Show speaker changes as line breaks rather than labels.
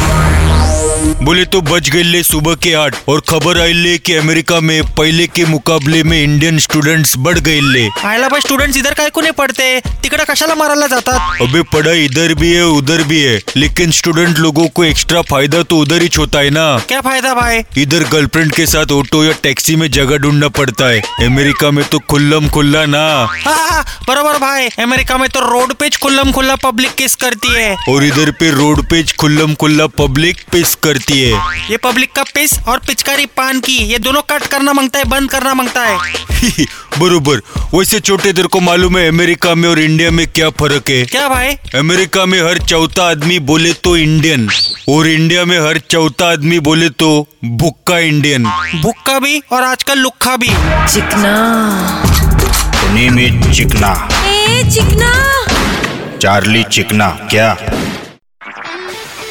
बोले तो बज गए ले सुबह के आठ और खबर आई ले कि अमेरिका में पहले के मुकाबले में इंडियन स्टूडेंट्स बढ़ गए ले
आयला पण स्टुडंट इधर काय कोणी पडते तिकडे कशाला मारायला जातात
अबे पढ़ाई इधर भी है उधर भी है लेकिन स्टूडेंट लोगों को एक्स्ट्रा फायदा तो उधर ही होता है ना
क्या फायदा भाई
इधर गर्लफ्रेंड के साथ ऑटो या टैक्सी में जगह ढूंढना पड़ता है अमेरिका में तो खुल्लम खुल्ला ना
हा, हा, बरोबर भाई अमेरिका में तो रोड पेज खुल्लम खुल्ला पब्लिक किस करती है
और इधर पे रोड पे खुल्लम खुल्ला पब्लिक पेश करती है
ये पब्लिक का पिस और पिचकारी पान की ये दोनों कट करना मांगता है बंद करना मांगता है
बरोबर वैसे छोटे तेरे को मालूम है अमेरिका में और इंडिया में क्या फर्क है
क्या भाई
अमेरिका में हर चौथा आदमी बोले तो इंडियन और इंडिया में हर चौथा आदमी बोले तो भुक्का इंडियन
भुक्का भी और आजकल लुक्खा भी
चिकना
The name is चिकना
ए चिकना
चार्ली चिकना क्या